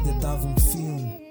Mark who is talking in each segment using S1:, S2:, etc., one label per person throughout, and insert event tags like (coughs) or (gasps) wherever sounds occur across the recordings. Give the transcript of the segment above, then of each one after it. S1: comentava um filme.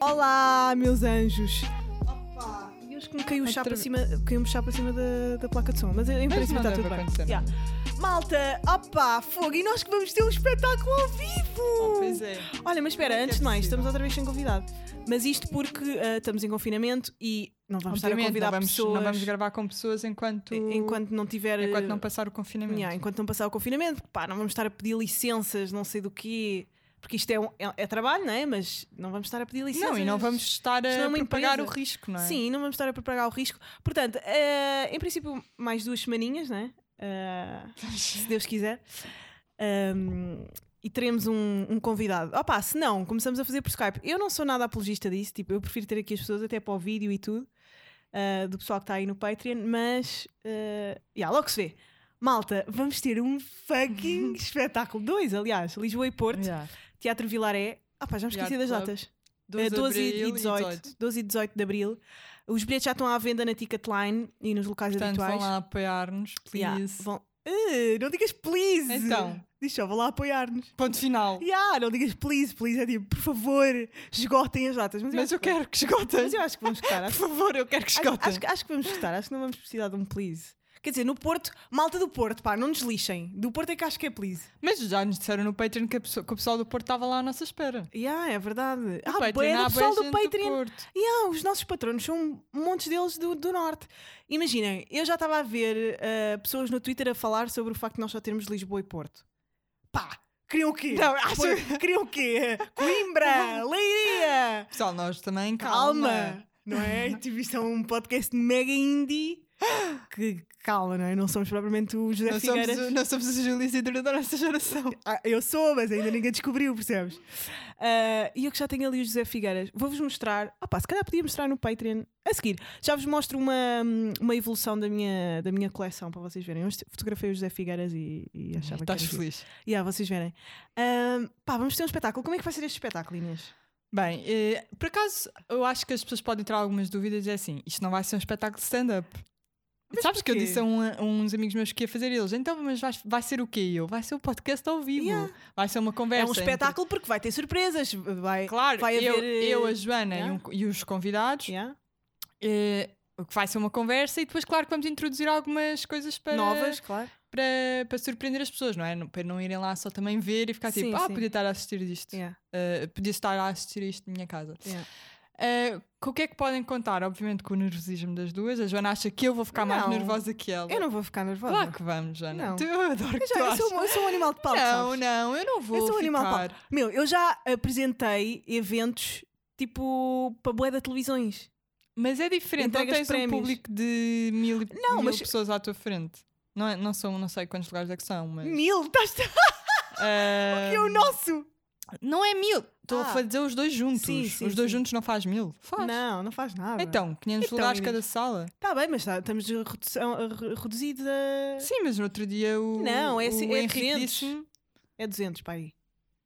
S2: Olá, meus anjos! Opa! E hoje que me caiu o chá
S3: Outra
S2: para
S3: vez.
S2: cima, caiu-me chá para cima da, da placa de som, mas em princípio está
S3: não deve
S2: tudo bem.
S3: acontecer nada.
S2: Yeah. Malta, opa, fogo! E nós que vamos ter um espetáculo ao vivo!
S3: Pois é.
S2: Olha, mas espera,
S3: Como é que
S2: antes
S3: é
S2: de mais,
S3: possível?
S2: estamos outra vez sem convidado. Mas isto porque ah, estamos em confinamento e não vamos estar a
S3: Obviamente,
S2: convidar
S3: não vamos,
S2: pessoas
S3: não vamos gravar com pessoas enquanto,
S2: enquanto não tiver.
S3: enquanto
S2: ah,
S3: não passar o confinamento.
S2: Yeah, então enquanto não passar o confinamento, pá, não vamos estar a pedir licenças, não sei do quê, porque isto é, um- é- é trabalho, não é? Mas não vamos estar a pedir licenças.
S3: não, e não vamos estar
S2: Isto não é
S3: a
S2: uma
S3: propagar
S2: empresa.
S3: o risco, não é?
S2: Sim, não vamos estar a propagar o risco. Portanto, eh, em princípio, mais duas semaninhas, não é? Eh, se Deus quiser. Ahm, e teremos um, um convidado. Opa, se não, começamos a fazer por Skype. Eu não sou nada apologista disso, tipo, eu prefiro ter aqui as pessoas até para o vídeo e tudo, ah, do pessoal que está aí no Patreon, mas. ah, yeah, logo se vê. Malta, vamos ter um
S3: (laughs)
S2: fucking espetáculo. Dois, aliás, Lisboa e Porto, é
S3: Yeah.
S2: Teatro Vilaré. Ah, pá, já me esqueci
S3: Yard
S2: das
S3: Club.
S2: datas.
S3: 12,
S2: Eh, 12
S3: de abril
S2: e 18, 12 e 18 de Abril. Os bilhetes já estão à venda na Ticketline e nos locais
S3: Portanto, vão
S2: habituais.
S3: lá apoiar-nos,
S2: Yeah,
S3: please.
S2: vão- Eh, não digas please!
S3: Então.
S2: Diz só, vão lá apoiar-nos.
S3: Ponto final.
S2: Yeah, não digas please, please. É tipo, por favor, esgotem as datas. Mas,
S3: Mas
S2: acho
S3: eu quero que esgotem.
S2: Mas eu acho que vamos esgotar.
S3: Por
S2: Acho,
S3: favor, eu quero que
S2: acho,
S3: esgotem.
S2: acho que- acho que vamos esgotar. Acho que não vamos precisar de um please. Quer dizer, no Porto, malta do Porto, pá, não nos lixem. Do Porto é que acho que é please.
S3: Mas já nos disseram no Patreon que, a pessoa- que o pessoal do Porto estava lá à nossa espera.
S2: Yeah, é verdade.
S3: No
S2: Ah, bué
S3: há
S2: do
S3: bué
S2: pessoal do
S3: gente
S2: Patreon.
S3: Porto.
S2: E há, os nossos patronos são montes deles do, do norte. Imaginem, eu já estava a ver ah, pessoas no Twitter a falar sobre o facto de nós só termos Lisboa e Porto. Pá! Queriam o quê?
S3: Não, acho-
S2: Pô, Queriam o (laughs) quê? Coimbra! Leiria!
S3: Pessoal, nós também, calma.
S2: Calma! Não é? Tipo, isto é um podcast mega indie. (gasps) Que calma, não é? Não somos propriamente o José
S3: Não
S2: Figueiras.
S3: somos, não somos a Júlia Isidro da nossa geração.
S2: Ah, eu sou, mas ainda ninguém descobriu, percebes? Ah, e eu que já tenho ali o José Figueiras, vou-vos mostrar. Ah, pá, se calhar podia mostrar no Patreon a seguir. Já vos mostro uma, uma evolução da minha, da minha coleção para vocês verem. Eu fotografei o José Figueiras e, e achava
S3: Estás
S2: que. era giro.
S3: feliz.
S2: E yeah, vocês verem. Ah, pá, vamos ter um espetáculo. Como é que vai ser este espetáculo, Inês?
S3: Bem, eh, por acaso, eu acho que as pessoas podem ter algumas dúvidas. É assim, isto não vai ser um espetáculo de stand-up. Sabes que eu
S2: porquê?
S3: disse a, um- a uns amigos meus que ia fazer eles, então, mas vai, vai ser o quê? E Eu, vai ser o podcast ao vivo,
S2: Yeah.
S3: vai ser uma
S2: É
S3: conversa.
S2: um
S3: entre-
S2: espetáculo porque vai ter surpresas. Vai,
S3: Claro,
S2: vai
S3: eu,
S2: haver. eh,
S3: eu, a Joana
S2: yeah.
S3: e, um- e os convidados,
S2: yeah,
S3: eh, o que vai ser uma conversa, e depois, claro, que vamos introduzir algumas coisas para,
S2: Novas, claro.
S3: para, para surpreender as pessoas, não é? Não- Para não irem lá só também ver e ficar
S2: Sim,
S3: tipo, ah,
S2: sim.
S3: podia estar a assistir disto,
S2: Yeah,
S3: Eh, podia estar a assistir isto na minha casa.
S2: yeah.
S3: Uh, com o que é que podem contar? Obviamente com o nervosismo das duas. A Joana acha que eu vou ficar mais
S2: Não.
S3: nervosa que ela.
S2: Eu não vou ficar nervosa.
S3: Claro que vamos, Joana.
S2: Não.
S3: Tu- eu adoro que
S2: Eu, já-
S3: tu
S2: eu sou,
S3: achas.
S2: um- eu sou um animal de palco.
S3: Não,
S2: sabes?
S3: não, eu não vou
S2: Eu sou um
S3: ficar.
S2: animal de Meu, eu já apresentei eventos tipo para boé da televisões.
S3: Mas é diferente.
S2: Entregas
S3: não tens
S2: prémios.
S3: um público de mil, e-
S2: Não,
S3: mil
S2: mas-
S3: pessoas à tua frente. Não, é- não são, não sei quantos lugares é que são, mas...
S2: Mil, estás
S3: ah,
S2: é o nosso!
S3: Não é mil. Estou
S2: Ah.
S3: a fazer os dois juntos.
S2: Sim, sim,
S3: os dois
S2: sim.
S3: juntos não faz mil. Faz.
S2: Não, não faz nada.
S3: Então, 500
S2: Então,
S3: lugares cada
S2: Inês.
S3: sala.
S2: Está bem, mas tá- estamos de redução, a re- reduzido a.
S3: Sim, mas no outro dia o,
S2: Não, é assim-
S3: o
S2: é
S3: Henrique
S2: 200.
S3: disse-me...
S2: É 200 para aí.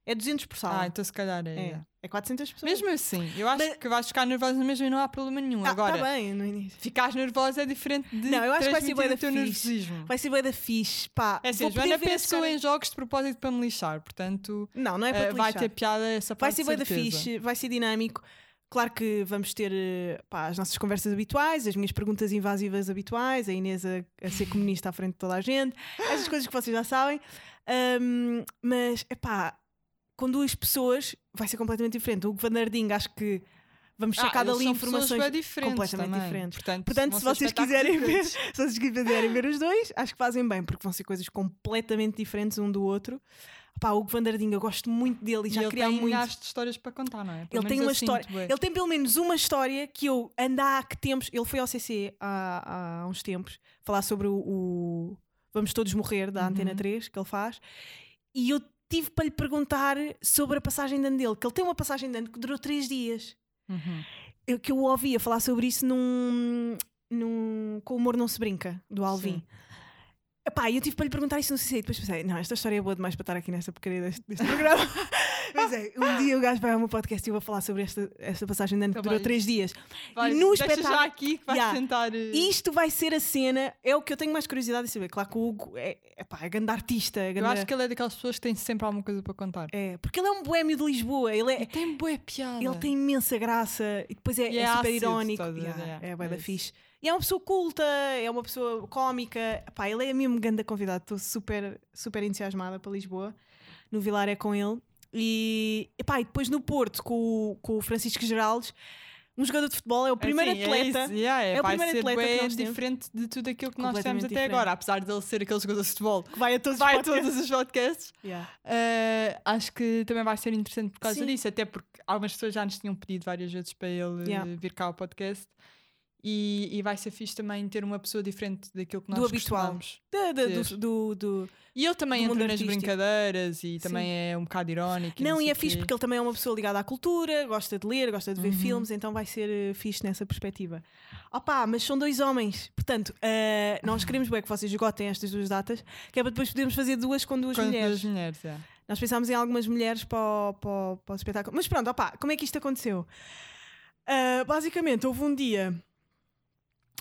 S2: É 200 por sala.
S3: Ah, então se calhar é.
S2: é. é 400 pessoas.
S3: Mesmo assim, eu acho
S2: Mas-
S3: que vais ficar nervosa mesmo e não há problema nenhum.
S2: Ah,
S3: Agora,
S2: Tá bem, no início.
S3: ficares nervosa é diferente de
S2: Não, eu acho que vai ser
S3: transmitir
S2: bué da
S3: o teu
S2: fixe.
S3: nervosismo.
S2: Vai ser bué da fixe, pá.
S3: É assim,
S2: Vou
S3: a Joana
S2: poder ver esse
S3: pensou
S2: cara-
S3: em jogos de propósito para me lixar, portanto
S2: Não, não é para
S3: eh,
S2: te
S3: vai
S2: lixar.
S3: ter piada essa
S2: Vai
S3: parte.
S2: ser
S3: de
S2: bué da
S3: certeza.
S2: fixe, vai ser dinâmico. Claro que vamos ter eh, pá, as nossas conversas habituais, as minhas perguntas invasivas habituais, a Inês a, a ser comunista à frente de toda a gente, essas coisas que vocês já sabem. Ahm, mas, é pá, com duas pessoas vai ser completamente diferente. O Hugo Vandarding, acho que vamos
S3: Ah,
S2: sacar
S3: eles
S2: dali
S3: são pessoas
S2: informações.
S3: bué diferentes
S2: completamente
S3: também.
S2: diferentes.
S3: Portanto,
S2: Portanto,
S3: vão
S2: se
S3: ser
S2: vocês
S3: espetáculos
S2: quiserem ver,
S3: diferentes.
S2: se vocês quiserem ver os dois, acho que fazem bem, porque vão ser coisas completamente diferentes um do outro. Pá, o Hugo Vandarding, eu gosto muito dele e
S3: E
S2: já
S3: ele
S2: queria há
S3: tem
S2: muito.
S3: milhares de histórias para contar, não é? Pelo
S2: Ele tem
S3: menos
S2: uma
S3: eu sinto,
S2: história.
S3: bué.
S2: Ele tem pelo menos uma história que eu ando há que tempos. Ele foi ao CC há, há uns tempos falar sobre o, o Vamos Todos Morrer da
S3: Uhum.
S2: Antena 3 que ele faz. E eu tive para lhe perguntar sobre a passagem de ano dele, que ele tem uma passagem de ano que durou três dias.
S3: Uhum.
S2: Eu, que eu o ouvia falar sobre isso num, num Com o Humor Não Se Brinca, do Alvin.
S3: Sim.
S2: é
S3: (laughs)
S2: Epá, eu tive para lhe perguntar isso no CC e depois pensei, não, esta história é boa demais para estar aqui nesta porcaria deste, deste programa. Pois é, um dia o gajo vai ao meu podcast e eu vou falar sobre esta, esta passagem de ano que
S3: Tá
S2: durou
S3: bem.
S2: três dias.
S3: Vai,
S2: e no
S3: deixa
S2: espetáculo.
S3: já aqui que vais
S2: Yeah.
S3: tentar. eh,
S2: Isto vai ser a cena, é o que eu tenho mais curiosidade de saber. Claro que o Hugo é, é, pá, é grande artista. É,
S3: Eu
S2: grande-
S3: acho que ele é daquelas pessoas que têm sempre alguma coisa para contar.
S2: é, porque ele é um boémio de Lisboa, ele,
S3: E
S2: é-
S3: tem boa piada.
S2: ele tem imensa graça e depois é,
S3: E
S2: é
S3: é
S2: super
S3: ácido,
S2: irónico.
S3: estás a ver?
S2: Yeah,
S3: É,
S2: é bué
S3: é
S2: da
S3: isso.
S2: fixe. E é uma pessoa culta, é uma pessoa cómica. Pá, ele é mesmo grande convidado. Estou super, super entusiasmada para Lisboa. No Vilar é com ele. E, epá, e depois no Porto, com, o- com o Francisco Geraldes, um jogador de futebol, é o primeiro
S3: Assim, é
S2: atleta.
S3: isso, yeah, é,
S2: É o
S3: vai
S2: primeiro
S3: ser
S2: atleta que
S3: bué
S2: nós temos.
S3: diferente de tudo aquilo que nós
S2: Completamente
S3: temos até
S2: diferente.
S3: agora, apesar dele ser aquele jogador de futebol.
S2: que vai a todos
S3: Vai a
S2: os podcasts.
S3: todos os podcasts.
S2: Yeah.
S3: Uh, acho que também vai ser interessante por causa
S2: Sim.
S3: disso, até porque algumas pessoas já nos tinham pedido várias vezes para ele
S2: Yeah.
S3: uh, vir cá ao podcast. E, e vai ser fixe também ter uma pessoa diferente daquilo que
S2: Do
S3: nós
S2: habitual.
S3: costumamos.
S2: Da- da- do-
S3: Ter.
S2: do- do-
S3: E ele também
S2: Do mundo
S3: entra nas
S2: artístico.
S3: brincadeiras e também é um bocado irónico.
S2: Não,
S3: sei
S2: e é
S3: quê.
S2: fixe porque ele também é uma pessoa ligada à cultura, gosta de ler, gosta de ver
S3: Uhum.
S2: filmes, então vai ser eh, fixe nessa perspectiva. Opá, mas são dois homens, portanto, eh, nós queremos bem que vocês esgotem estas duas datas, que é para depois podermos fazer duas com duas
S3: Com as
S2: mulheres.
S3: duas mulheres, é.
S2: Nós pensámos em algumas mulheres para o, para o- para o espetáculo. Mas pronto, opá, como é que isto aconteceu? Eh, basicamente, houve um dia.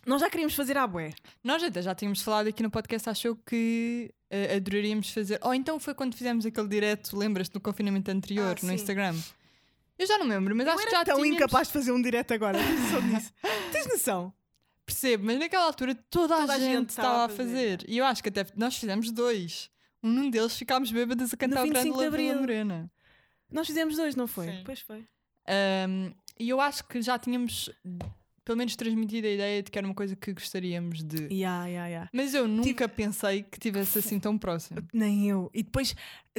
S2: Nós já queríamos fazer à bué.
S3: Nós até já tínhamos falado aqui no podcast, achou que uh, adoraríamos fazer. Ou então foi quando fizemos aquele direto, lembras-te, no confinamento anterior,
S2: Ah,
S3: no
S2: sim.
S3: Instagram. Eu já não me lembro, mas acho
S2: Eu
S3: que
S2: era
S3: já
S2: tão
S3: tínhamos...
S2: incapaz de fazer um direto agora. (laughs) Tens noção disso? Tens noção?
S3: Percebo, mas naquela altura toda,
S2: Toda
S3: a gente estava a fazer. E eu acho que até nós fizemos dois. Um deles ficámos bêbadas a cantar
S2: 25
S3: o
S2: de
S3: grande Lula
S2: Abril.
S3: Morena.
S2: Nós fizemos dois, não foi?
S3: Sim.
S2: Pois foi.
S3: Ahm, e eu acho que já tínhamos pelo menos transmitido a ideia de que era uma coisa que gostaríamos de.
S2: Ya, ya, ya.
S3: Mas eu nunca pensei que tivesse assim tão próximo.
S2: Nem eu. E depois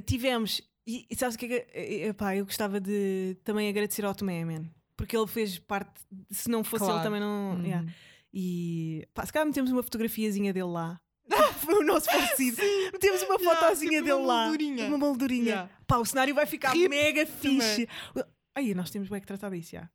S2: tivemos. E, e sabes o que é que. eh, eh, pá, eu gostava de também agradecer ao Tomé, man. Porque ele fez parte. Se não fosse
S3: Claro.
S2: ele, também não. (laughs)
S3: Uhum.
S2: yeah. E. Pá, se calhar metemos uma fotografiazinha dele lá. (laughs) Foi o nosso
S3: (laughs)
S2: parecido. Metemos uma
S3: Yeah,
S2: fotozinha
S3: tipo
S2: dele
S3: uma
S2: lá.
S3: moldurinha.
S2: Uma moldurinha.
S3: Yeah.
S2: Pá, o cenário vai ficar
S3: Rip
S2: mega
S3: Tomé.
S2: fixe. Aí, nós temos bem que tratar disso, já.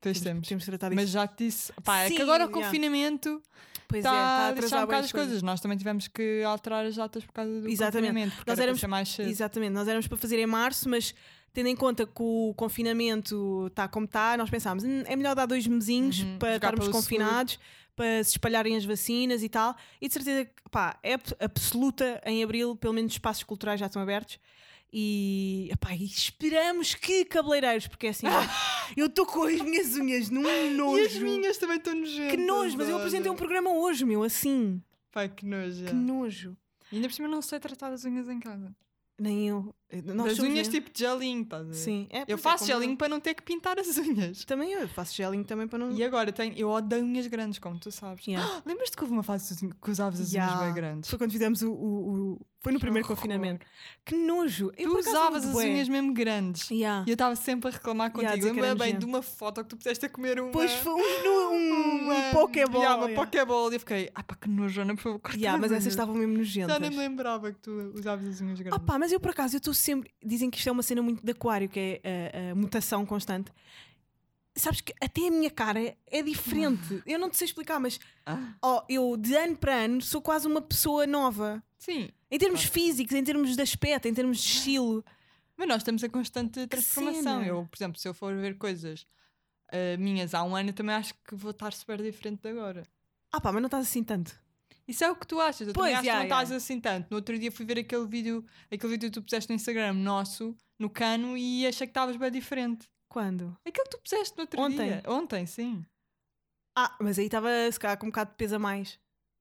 S3: Pois temos.
S2: temos que tratar disso.
S3: Mas já te disse, pá, é
S2: Sim,
S3: que agora o
S2: yeah.
S3: confinamento
S2: pois
S3: está
S2: tá
S3: a deixar um
S2: bué
S3: bocado as coisas. Nós também tivemos que alterar as datas por causa do
S2: Exatamente.
S3: confinamento. Porque
S2: Nós
S3: era para
S2: éramos-
S3: ser mais cedo.
S2: Exatamente, nós éramos para fazer em março, mas tendo em conta que o confinamento está como está, nós pensámos "Hum, é melhor dar dois mesinhos
S3: Uhum,
S2: para
S3: jogar
S2: estarmos
S3: pelo
S2: confinados, para se espalharem as vacinas e tal. E de certeza que pá, é ab- absoluta em abril, pelo menos espaços culturais já estão abertos. E, epá, e esperamos que cabeleireiros, porque é
S3: (laughs)
S2: assim, eu estou com as minhas unhas num
S3: E as
S2: nojo.
S3: minhas também estão nojentas.
S2: Que nojo, mas eu
S3: olha. Tá.
S2: apresentei um programa hoje, meu, assim.
S3: Pai, que nojo.
S2: Que nojo.
S3: E ainda por cima não sei tratar das unhas em casa.
S2: Nem eu. Nós
S3: das
S2: somos
S3: unhas
S2: mesmo.
S3: tipo gelinho, estás a ver?
S2: Sim, é,
S3: Eu
S2: pois é,
S3: faço
S2: como
S3: gelinho para não ter que pintar as (laughs) unhas.
S2: Também eu faço gelinho também para não.
S3: E agora tenho, eu odeio unhas grandes, como
S2: (gasps)
S3: tu sabes.
S2: Yeah.
S3: Ah, Lembras-te que houve uma fase que usavas as unhas
S2: Yeah.
S3: bem grandes?
S2: Foi quando fizemos o. o- o- Foi no primeiro
S3: horror.
S2: confinamento. Que nojo! Eu
S3: Tu
S2: por acaso
S3: usavas
S2: ando
S3: as
S2: bué.
S3: unhas mesmo grandes.
S2: Yeah.
S3: E eu estava sempre a reclamar
S2: Yeah,
S3: contigo.
S2: dizer que era
S3: Lembra bem
S2: nojento.
S3: de uma foto que tu puseste a comer uma.
S2: Depois foi um, no- (laughs) um,
S3: uma-
S2: um Pokéball.
S3: Yeah, uma
S2: yeah.
S3: Pokéball. E eu fiquei, ah pá, que nojona, por favor, corta
S2: Yeah,
S3: as
S2: mas essas
S3: unhas."
S2: estavam mesmo nojentas.
S3: Já nem me lembrava que tu usavas as unhas
S2: Ah
S3: grandes.
S2: pá, mas eu por acaso eu estou sempre. Dizem que isto é uma cena muito de aquário, que é a, a mutação constante. Sabes que até a minha cara é (laughs) diferente. Eu não te sei explicar, mas
S3: Ah.
S2: ó, eu de ano para ano sou quase uma pessoa nova.
S3: Sim.
S2: Em termos
S3: Claro.
S2: físicos, em termos de aspecto, em (gasps) termos de estilo.
S3: Mas nós estamos em constante transformação.
S2: cena!
S3: Eu, por exemplo, se eu for ver coisas ah, minhas há um ano, eu também acho que vou estar super diferente de agora.
S2: Ah pá, mas não estás assim tanto.
S3: Isso é o que tu achas. Eu
S2: Pois,
S3: também acho
S2: já, já.
S3: que não estás assim tanto. No outro dia fui ver aquele vídeo, aquele vídeo que tu puseste no Instagram nosso, no cano, e achei que estavas bem diferente.
S2: Quando?
S3: Aquele que tu puseste no outro
S2: Ontem.
S3: dia. Ontem, sim.
S2: Ah, mas aí estava se calhar com um bocado de peso a mais.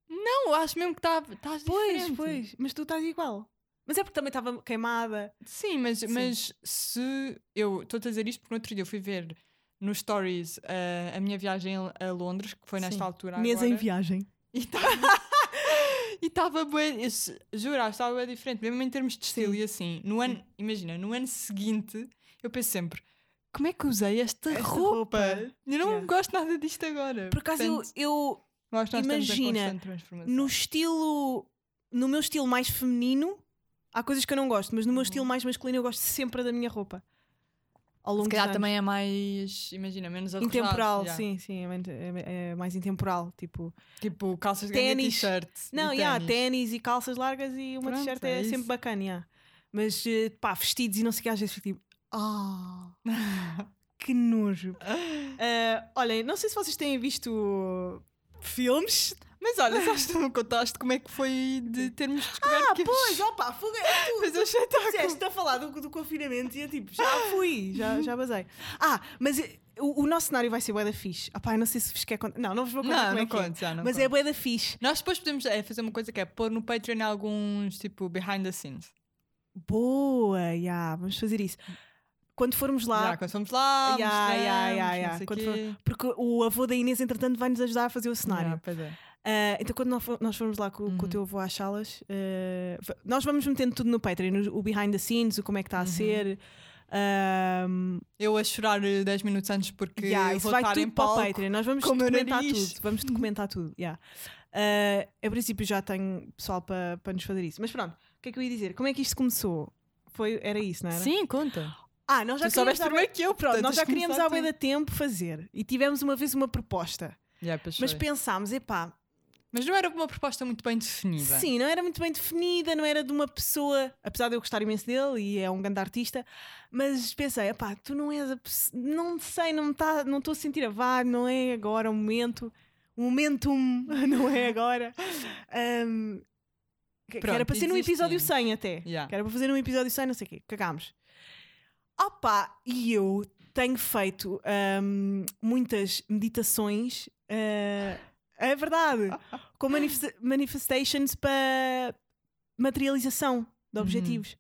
S3: Não, eu acho mesmo que tá- estás
S2: é
S3: diferente.
S2: Mas tu estás igual. Mas é porque também estava queimada.
S3: Sim, mas,
S2: Sim.
S3: mas se eu estou a dizer isto porque no outro dia eu fui ver nos stories ah, a minha viagem a Londres, que foi nesta
S2: Sim.
S3: altura
S2: Mesa
S3: agora.
S2: em viagem.
S3: E estava. (laughs) e estava bem. Juro, estava bem diferente, mesmo em termos de estilo
S2: Sim.
S3: e assim. No ano, imagina, no ano seguinte, eu penso sempre: como é que usei esta,
S2: Esta
S3: roupa?
S2: roupa,
S3: Eu não
S2: yeah.
S3: gosto nada disto agora.
S2: Por acaso eu,
S3: Portanto,
S2: eu,
S3: eu acho que nós estamos em
S2: imagina,
S3: constante transformação.
S2: no estilo. No meu estilo mais feminino, há coisas que eu não gosto, mas no meu estilo mais masculino eu gosto sempre da minha roupa. Ao longo
S3: Se
S2: dos
S3: calhar
S2: anos.
S3: também é mais, imagina, menos
S2: é
S3: arrojado.
S2: Intemporal,
S3: yeah.
S2: sim, sim, é men- é, é mais intemporal. Tipo,
S3: Tipo, calças de ganga e
S2: Ténis.
S3: t-shirt. e
S2: não, e há
S3: ténis.
S2: ténis e calças largas e uma
S3: Pronto,
S2: t-shirt
S3: é
S2: é,
S3: isso.
S2: sempre bacana. yeah. Mas eh, pá, vestidos e não sei o que, às vezes fico tipo, Ah, que
S3: (laughs)
S2: nojo. Ah, olhem, não sei se vocês têm visto filmes.
S3: Mas olha, sabes que tu me contaste como é que foi de termos descoberto
S2: Ah,
S3: que
S2: pois, opa, fuga. Tu,
S3: Mas eu achei
S2: tu disseste a falar do, do confinamento e eu tipo, já fui, já,
S3: Uhum.
S2: já basei. Ah, mas eh, o, o nosso cenário vai ser bué da fixe. Opá, eu não sei se vos quer contar. Não, não vos vou contar
S3: Não,
S2: como é
S3: não
S2: que é.
S3: conto, já não
S2: Mas
S3: conto.
S2: é bué da fixe.
S3: Nós depois podemos é, fazer uma coisa que é pôr no Patreon alguns, tipo, behind the scenes.
S2: Boa, já, vamos fazer isso. Quando formos lá,
S3: Já, quando fomos lá,
S2: Ya,
S3: mostramos,
S2: ya, ya, ya.
S3: não sei
S2: Quando
S3: quê.
S2: for- porque o avô da Inês, entretanto, vai nos ajudar a fazer o cenário.
S3: Já, pois é.
S2: Ah, então, quando nós fo- nós formos lá com, com o
S3: Uhum.
S2: teu avô às salas, ah, va- nós vamos metendo tudo no Patreon: o- o behind the scenes, o como é que está
S3: Uhum.
S2: a ser. ahm,
S3: Eu a chorar eh, 10 minutos antes porque
S2: yeah,
S3: eu
S2: isso
S3: vou
S2: vai
S3: estar
S2: tudo
S3: em
S2: para o
S3: palco.
S2: Patreon. Nós vamos
S3: com o meu
S2: documentar
S3: nariz. Uhum.
S2: tudo. Vamos documentar tudo. yeah. Ah, a princípio, já tenho pessoal para para nos fazer isso. Mas pronto, o que é que eu ia dizer? Como é que isto começou? Foi, era isso, não era?
S3: Sim, conta.
S2: Ah, nós já
S3: tu soubeste
S2: queríamos há bué-
S3: primeiro que eu,
S2: Pronto,
S3: portanto,
S2: nós já
S3: tens de
S2: queríamos
S3: começar
S2: há bué
S3: tu.
S2: da tempo fazer e tivemos uma vez uma proposta,
S3: Ya, pois
S2: mas
S3: foi.
S2: pensámos, epá,
S3: Mas não era uma proposta muito bem definida.
S2: sim, não era muito bem definida, não era de uma pessoa, apesar de eu gostar imenso dele e é um grande artista, mas pensei, epá, tu não és a pessoa, não sei, não tá, não estou a sentir a vibe, não é agora o momento, o momentum (laughs) não é
S3: (laughs)
S2: agora. Ahm, que- que era
S3: Pronto,
S2: para ser num episódio 100 até.
S3: Ya.
S2: Que era para fazer um episódio sem não sei o quê. Cagámos. Opa, e eu tenho feito hum, muitas meditações. eh, é verdade.
S3: (laughs)
S2: Com manifesta- manifestations para materialização de
S3: Uhum.
S2: objetivos.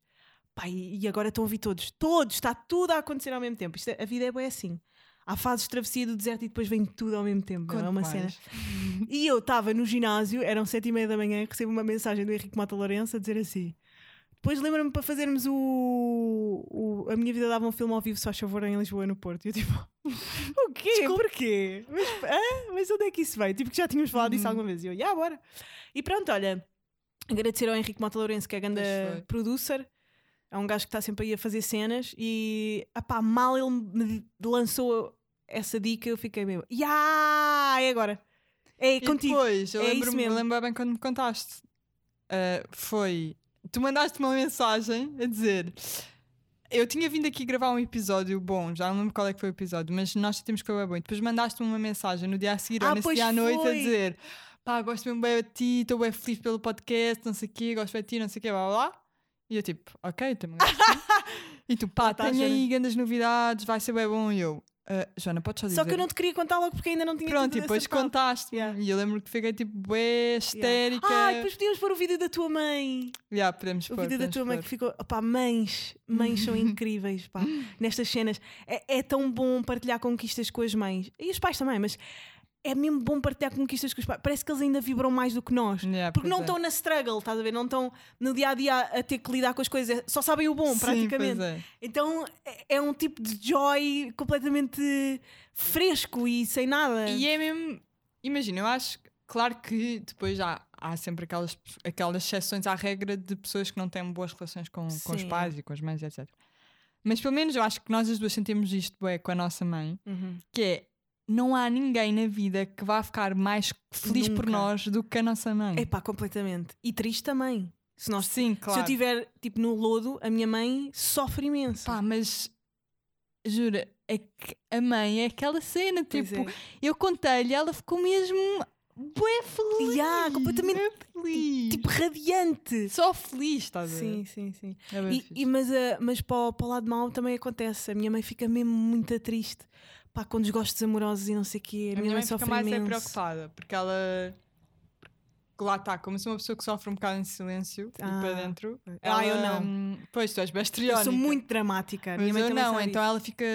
S2: Pá, e e agora estão a ouvir todos. Todos. Está tudo a acontecer ao mesmo tempo. Isto é- a vida é bem assim. Há fases de travessia do deserto e depois vem tudo ao mesmo tempo. não é
S3: Conta
S2: uma
S3: mais.
S2: cena. E eu estava no ginásio, eram sete e meia da manhã, recebo uma mensagem do Henrique Mota Lourenço a dizer assim: Depois lembra-me para fazermos o, o- A Minha Vida Dava um filme ao vivo, só a favor, em Lisboa, no Porto. E eu tipo: (laughs) O quê? Porquê? Mas, hã? Mas onde é que isso veio? Tipo, que já tínhamos falado disso
S3: Uhum.
S2: alguma vez. E eu: Ya, bora. E pronto, olha, agradecer ao Henrique Mota Lourenço, que é a grande
S3: Pois foi.
S2: producer. É um gajo que está sempre aí a fazer cenas e apá, mal ele me lançou essa dica, eu fiquei mesmo. Ya! É agora. É
S3: E
S2: contigo.
S3: depois, eu
S2: É isso
S3: lembro-me
S2: mesmo.
S3: lembro bem quando me contaste. Ah, foi. Tu mandaste uma mensagem a dizer. Eu tinha vindo aqui gravar um episódio bom, já não lembro qual é que foi o episódio, mas nós temos que foi bom. E depois mandaste-me uma mensagem no dia a seguir
S2: Ah,
S3: ou nesse
S2: pois
S3: dia à noite a
S2: foi.
S3: dizer: pá, gosto mesmo bem de ti, estou bem feliz pelo podcast, não sei o quê, gosto bem de ti, não sei o quê, blá blá blá. E eu tipo, ok,
S2: (laughs)
S3: também gosto. de ti." e tu, pá,
S2: Ah, tá,
S3: tenho
S2: Joana.
S3: aí grandes novidades, vai ser bem bom. E eu, "Ah, Joana, podes só dizer.
S2: Só que eu não te queria contar logo porque ainda não tinha
S3: Pronto,
S2: tudo
S3: e depois
S2: acertado.
S3: contaste-me.
S2: Yeah.
S3: E eu lembro que fiquei tipo, bué,
S2: Yeah.
S3: histérica.
S2: Ah, e depois podíamos pôr o vídeo da tua mãe.
S3: Yeah, podemos
S2: O
S3: pôr,
S2: vídeo da
S3: podemos
S2: tua mãe
S3: pôr.
S2: que ficou. Opá, mães. Mães
S3: (laughs)
S2: são incríveis, pá. Nestas cenas. É, é tão bom partilhar conquistas com as mães. E os pais também, mas é mesmo bom partilhar conquistas com os pais. Parece que eles ainda vibram mais do que nós.
S3: Yeah,
S2: Porque
S3: pois
S2: não
S3: é.
S2: estão na struggle, estás a ver? Não estão no dia a dia a ter que lidar com as coisas. É- Só sabem o bom,
S3: Sim,
S2: praticamente.
S3: pois é.
S2: Então é- é um tipo de joy completamente fresco e sem nada.
S3: E é mesmo. Imagina, eu acho. que- Claro que depois há, há sempre aquelas, aquelas exceções à regra de pessoas que não têm boas relações com, com os
S2: Sim.
S3: pais e com as mães, etc. Mas pelo menos eu acho que nós as duas sentimos isto bué, com a nossa mãe,
S2: Uhum.
S3: que é não há ninguém na vida que vá ficar mais feliz por
S2: Nunca.
S3: nós do que a nossa mãe.
S2: É pá, completamente. E triste também. Se, nós,
S3: Sim, claro.
S2: se eu estiver tipo no lodo, a minha mãe sofre imenso.
S3: Pá, mas jura, é que a mãe é aquela cena,
S2: Pois
S3: tipo,
S2: é.
S3: eu contei-lhe, ela ficou mesmo bué feliz.
S2: Ya, ah, completamente,
S3: bué feliz.
S2: tipo radiante.
S3: Ah, só feliz, estás a ver?
S2: Sim, sim, sim.
S3: É bué
S2: E-
S3: fixe.
S2: e- mas ah, mas para, o, para o lado mau também acontece. A minha mãe fica mesmo muito triste. Pá, com desgostos amorosos e não sei o quê. A,
S3: a minha mãe
S2: sofre
S3: fica mais é
S2: imenso.
S3: preocupada, porque ela porque lá está, como se uma pessoa que sofre um bocado em silêncio e
S2: Ah.
S3: para dentro.
S2: Ah, eu
S3: ela,
S2: não.
S3: hum, Pois, tu és
S2: Eu
S3: bestriónica.
S2: sou muito dramática. A minha mãe
S3: Mas eu
S2: também
S3: não,
S2: sabe
S3: então ela fica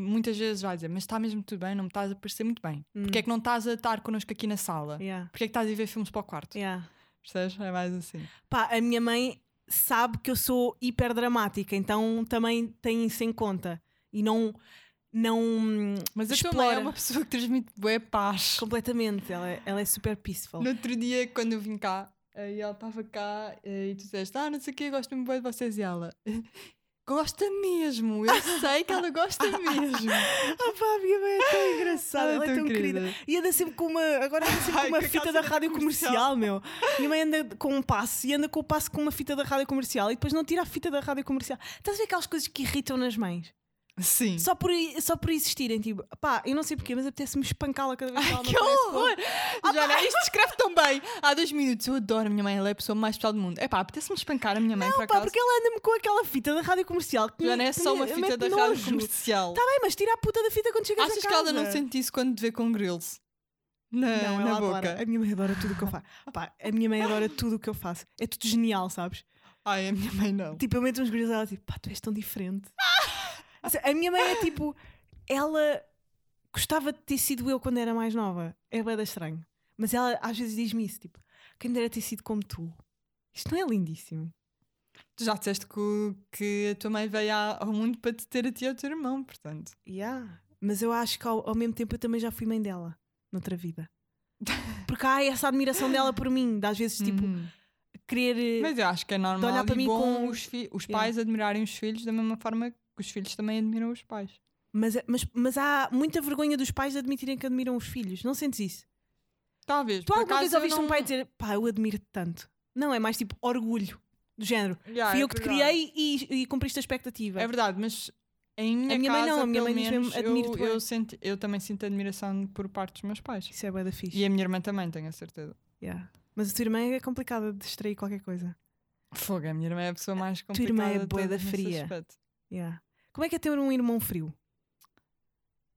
S3: muitas vezes vai dizer, mas está mesmo tudo bem, não me estás a parecer muito bem.
S2: Hum.
S3: Porque é que não estás a estar connosco aqui na sala?
S2: isso. Yeah,
S3: Porquê é que estás a ir ver filmes para o quarto?
S2: yeah.
S3: Percebes? É mais assim.
S2: Pá, a minha mãe sabe que eu sou hiper dramática, então também tem isso em conta. E não. Não.
S3: Mas a tua mãe
S2: Explora.
S3: é uma pessoa que transmite bué paz.
S2: Completamente, ela é, ela é super peaceful.
S3: No outro dia, quando eu vim cá, eh, e ela estava cá, eh, e tu disseste, ah, não sei o quê, gosto muito bem de vocês, e ela... (laughs) gosta mesmo. Eu
S2: (laughs)
S3: sei que ela gosta mesmo.
S2: Ah pá, a minha mãe é (laughs) tão engraçada, ela, é tão querida. E anda sempre com uma. Agora anda sempre
S3: Ai,
S2: com uma
S3: com a
S2: fita
S3: calça
S2: da
S3: da
S2: rádio é comercial,
S3: comercial.
S2: meu. Minha mãe anda com um passo e anda com o passo com uma fita da rádio comercial e depois não tira a fita da rádio comercial. Estás a ver aquelas coisas que irritam nas mães?
S3: Sim.
S2: Só por, só por existirem, tipo, pá, eu não sei porquê, mas apetece-me espancá-la cada vez que ela me
S3: Que
S2: aparece.
S3: horror!
S2: Ah,
S3: Joana, isto descreve tão bem. Há dois minutos, eu adoro a minha mãe, ela é a pessoa mais pessoal do mundo. É pá, apetece-me espancar a minha mãe
S2: Pá,
S3: para casa.
S2: porque ela anda-me com aquela fita da rádio comercial. Que
S3: Joana,
S2: me-
S3: é
S2: que
S3: só
S2: me-
S3: uma
S2: me
S3: fita da
S2: mete
S3: rádio
S2: nojo.
S3: comercial.
S2: Tá bem, mas tira a puta da fita quando chegas a
S3: Achas
S2: casa.
S3: que ela não sente isso quando te vê com grills? Na,
S2: Não,
S3: na
S2: ela
S3: boca.
S2: adora. A minha mãe adora tudo o que eu faço. Pá, a minha mãe adora tudo o que eu faço. É tudo genial, sabes?
S3: Ai, a minha mãe não.
S2: Tipo, eu meto uns grilhos e ela tipo, pá, tu és tão diferente. Ou seja, a minha mãe é tipo, ela gostava de ter sido eu quando era mais nova. É bem estranho. Mas ela às vezes diz-me isso, tipo, quem me dera ter sido como tu. Isto não é lindíssimo?
S3: (laughs) Tu já disseste que, o- que a tua mãe veio a- ao mundo para te ter a ti e ao teu irmão, portanto.
S2: Yeah. Mas eu acho que ao, ao mesmo tempo eu também já fui mãe dela, noutra
S3: (laughs)
S2: vida. Porque há essa admiração dela por mim, de às vezes, tipo,
S3: Uhum.
S2: querer. eh,
S3: Mas eu acho que é normal
S2: para
S3: e
S2: mim
S3: bom
S2: com-
S3: os, fi- os
S2: Yeah.
S3: pais admirarem os filhos da mesma forma que os filhos também admiram os pais.
S2: Mas, mas, mas há muita vergonha dos pais de admitirem que admiram os filhos. Não sentes isso?
S3: Talvez.
S2: Tu
S3: por
S2: alguma
S3: acaso
S2: vez
S3: eu
S2: ouviste um
S3: não-
S2: pai dizer pá, eu admiro-te tanto? Não, é mais tipo orgulho. Do género.
S3: Yeah,
S2: Fui
S3: é
S2: eu que te
S3: verdade.
S2: criei e, e cumpriste a expectativa.
S3: É verdade, mas em minha,
S2: A minha mãe
S3: casa,
S2: não, a minha
S3: pelo
S2: mãe diz
S3: menos,
S2: mesmo, admiro-te
S3: eu,
S2: bué.
S3: eu, senti- eu também sinto admiração por parte dos meus pais.
S2: Isso é bué da fixe.
S3: E a minha irmã também, tenho a certeza.
S2: Yeah. Mas a tua irmã é complicada de distrair qualquer coisa.
S3: Fogo, a minha irmã é a pessoa mais
S2: tua irmã
S3: complicada.
S2: é
S3: de
S2: bué da
S3: todas nesse
S2: fria.
S3: aspecto.
S2: Yeah. Como é que é ter um irmão frio?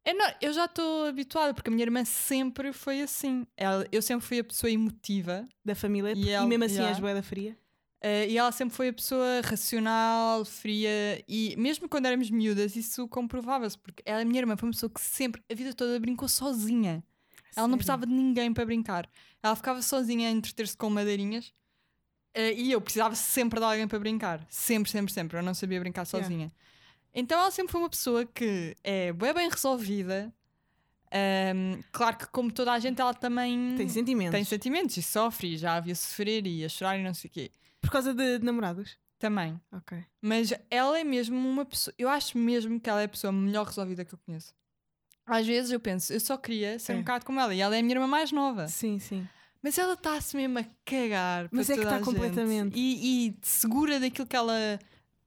S3: É, não, eu já estou habituada, porque a minha irmã sempre foi assim. Ela- eu sempre fui a pessoa emotiva
S2: Da família?
S3: E
S2: E,
S3: ela-
S2: mesmo assim
S3: yeah.
S2: és boeda fria?
S3: eh, e ela sempre foi a pessoa racional, fria. E mesmo quando éramos miúdas, isso comprovava-se, porque ela, a minha irmã foi uma pessoa que sempre, a vida toda, brincou sozinha. Ela não precisava de ninguém para brincar. Ela ficava sozinha a entreter-se com madeirinhas eh, e eu precisava sempre de alguém para brincar. Sempre, sempre, sempre. Eu não sabia brincar
S2: Yeah.
S3: sozinha. Então ela sempre foi uma pessoa que é bué bem resolvida. Ahm, claro que, como toda a gente, ela também
S2: Tem sentimentos.
S3: tem sentimentos e sofre. E já havia sofrer e a chorar e não sei o quê.
S2: Por causa de, de namorados?
S3: Também.
S2: Ok.
S3: Mas ela é mesmo uma pessoa. Eu acho mesmo que ela é a pessoa melhor resolvida que eu conheço. Às vezes eu penso, eu só queria ser
S2: É.
S3: um bocado como ela. E ela é a minha irmã mais nova.
S2: Sim, sim.
S3: Mas ela está-se mesmo a cagar.
S2: Mas
S3: para
S2: é que
S3: toda
S2: tá
S3: a gente.
S2: completamente.
S3: E, e segura daquilo que ela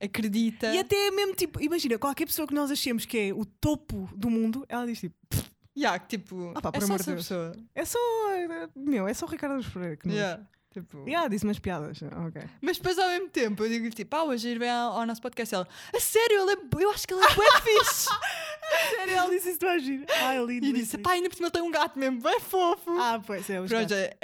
S3: acredita.
S2: E até mesmo tipo, imagina, qualquer pessoa que nós achemos que é o topo do mundo, ela diz tipo,
S3: Yeah, que tipo,
S2: Ah pá, por
S3: é só
S2: amor de
S3: essa
S2: Deus.
S3: pessoa.
S2: é só. eh, Meu, é só o Ricardo Alves Pereira que não. Yeah.
S3: Yeah, tipo-
S2: disse umas piadas.
S3: (laughs)
S2: Ok.
S3: Mas depois ao mesmo tempo eu digo-lhe tipo, ah, hoje ir bem ao, ao nosso podcast. Ela, a sério, ela é- eu acho que
S2: (laughs)
S3: ela é bem fixe.
S2: Sério, ela disse isso para agir. Ai, lindo.
S3: E
S2: lindo,
S3: disse,
S2: lindo.
S3: pá, ainda por cima tem um gato mesmo, bem fofo.
S2: Ah, pois é, os
S3: Pronto,
S2: gatos.
S3: é-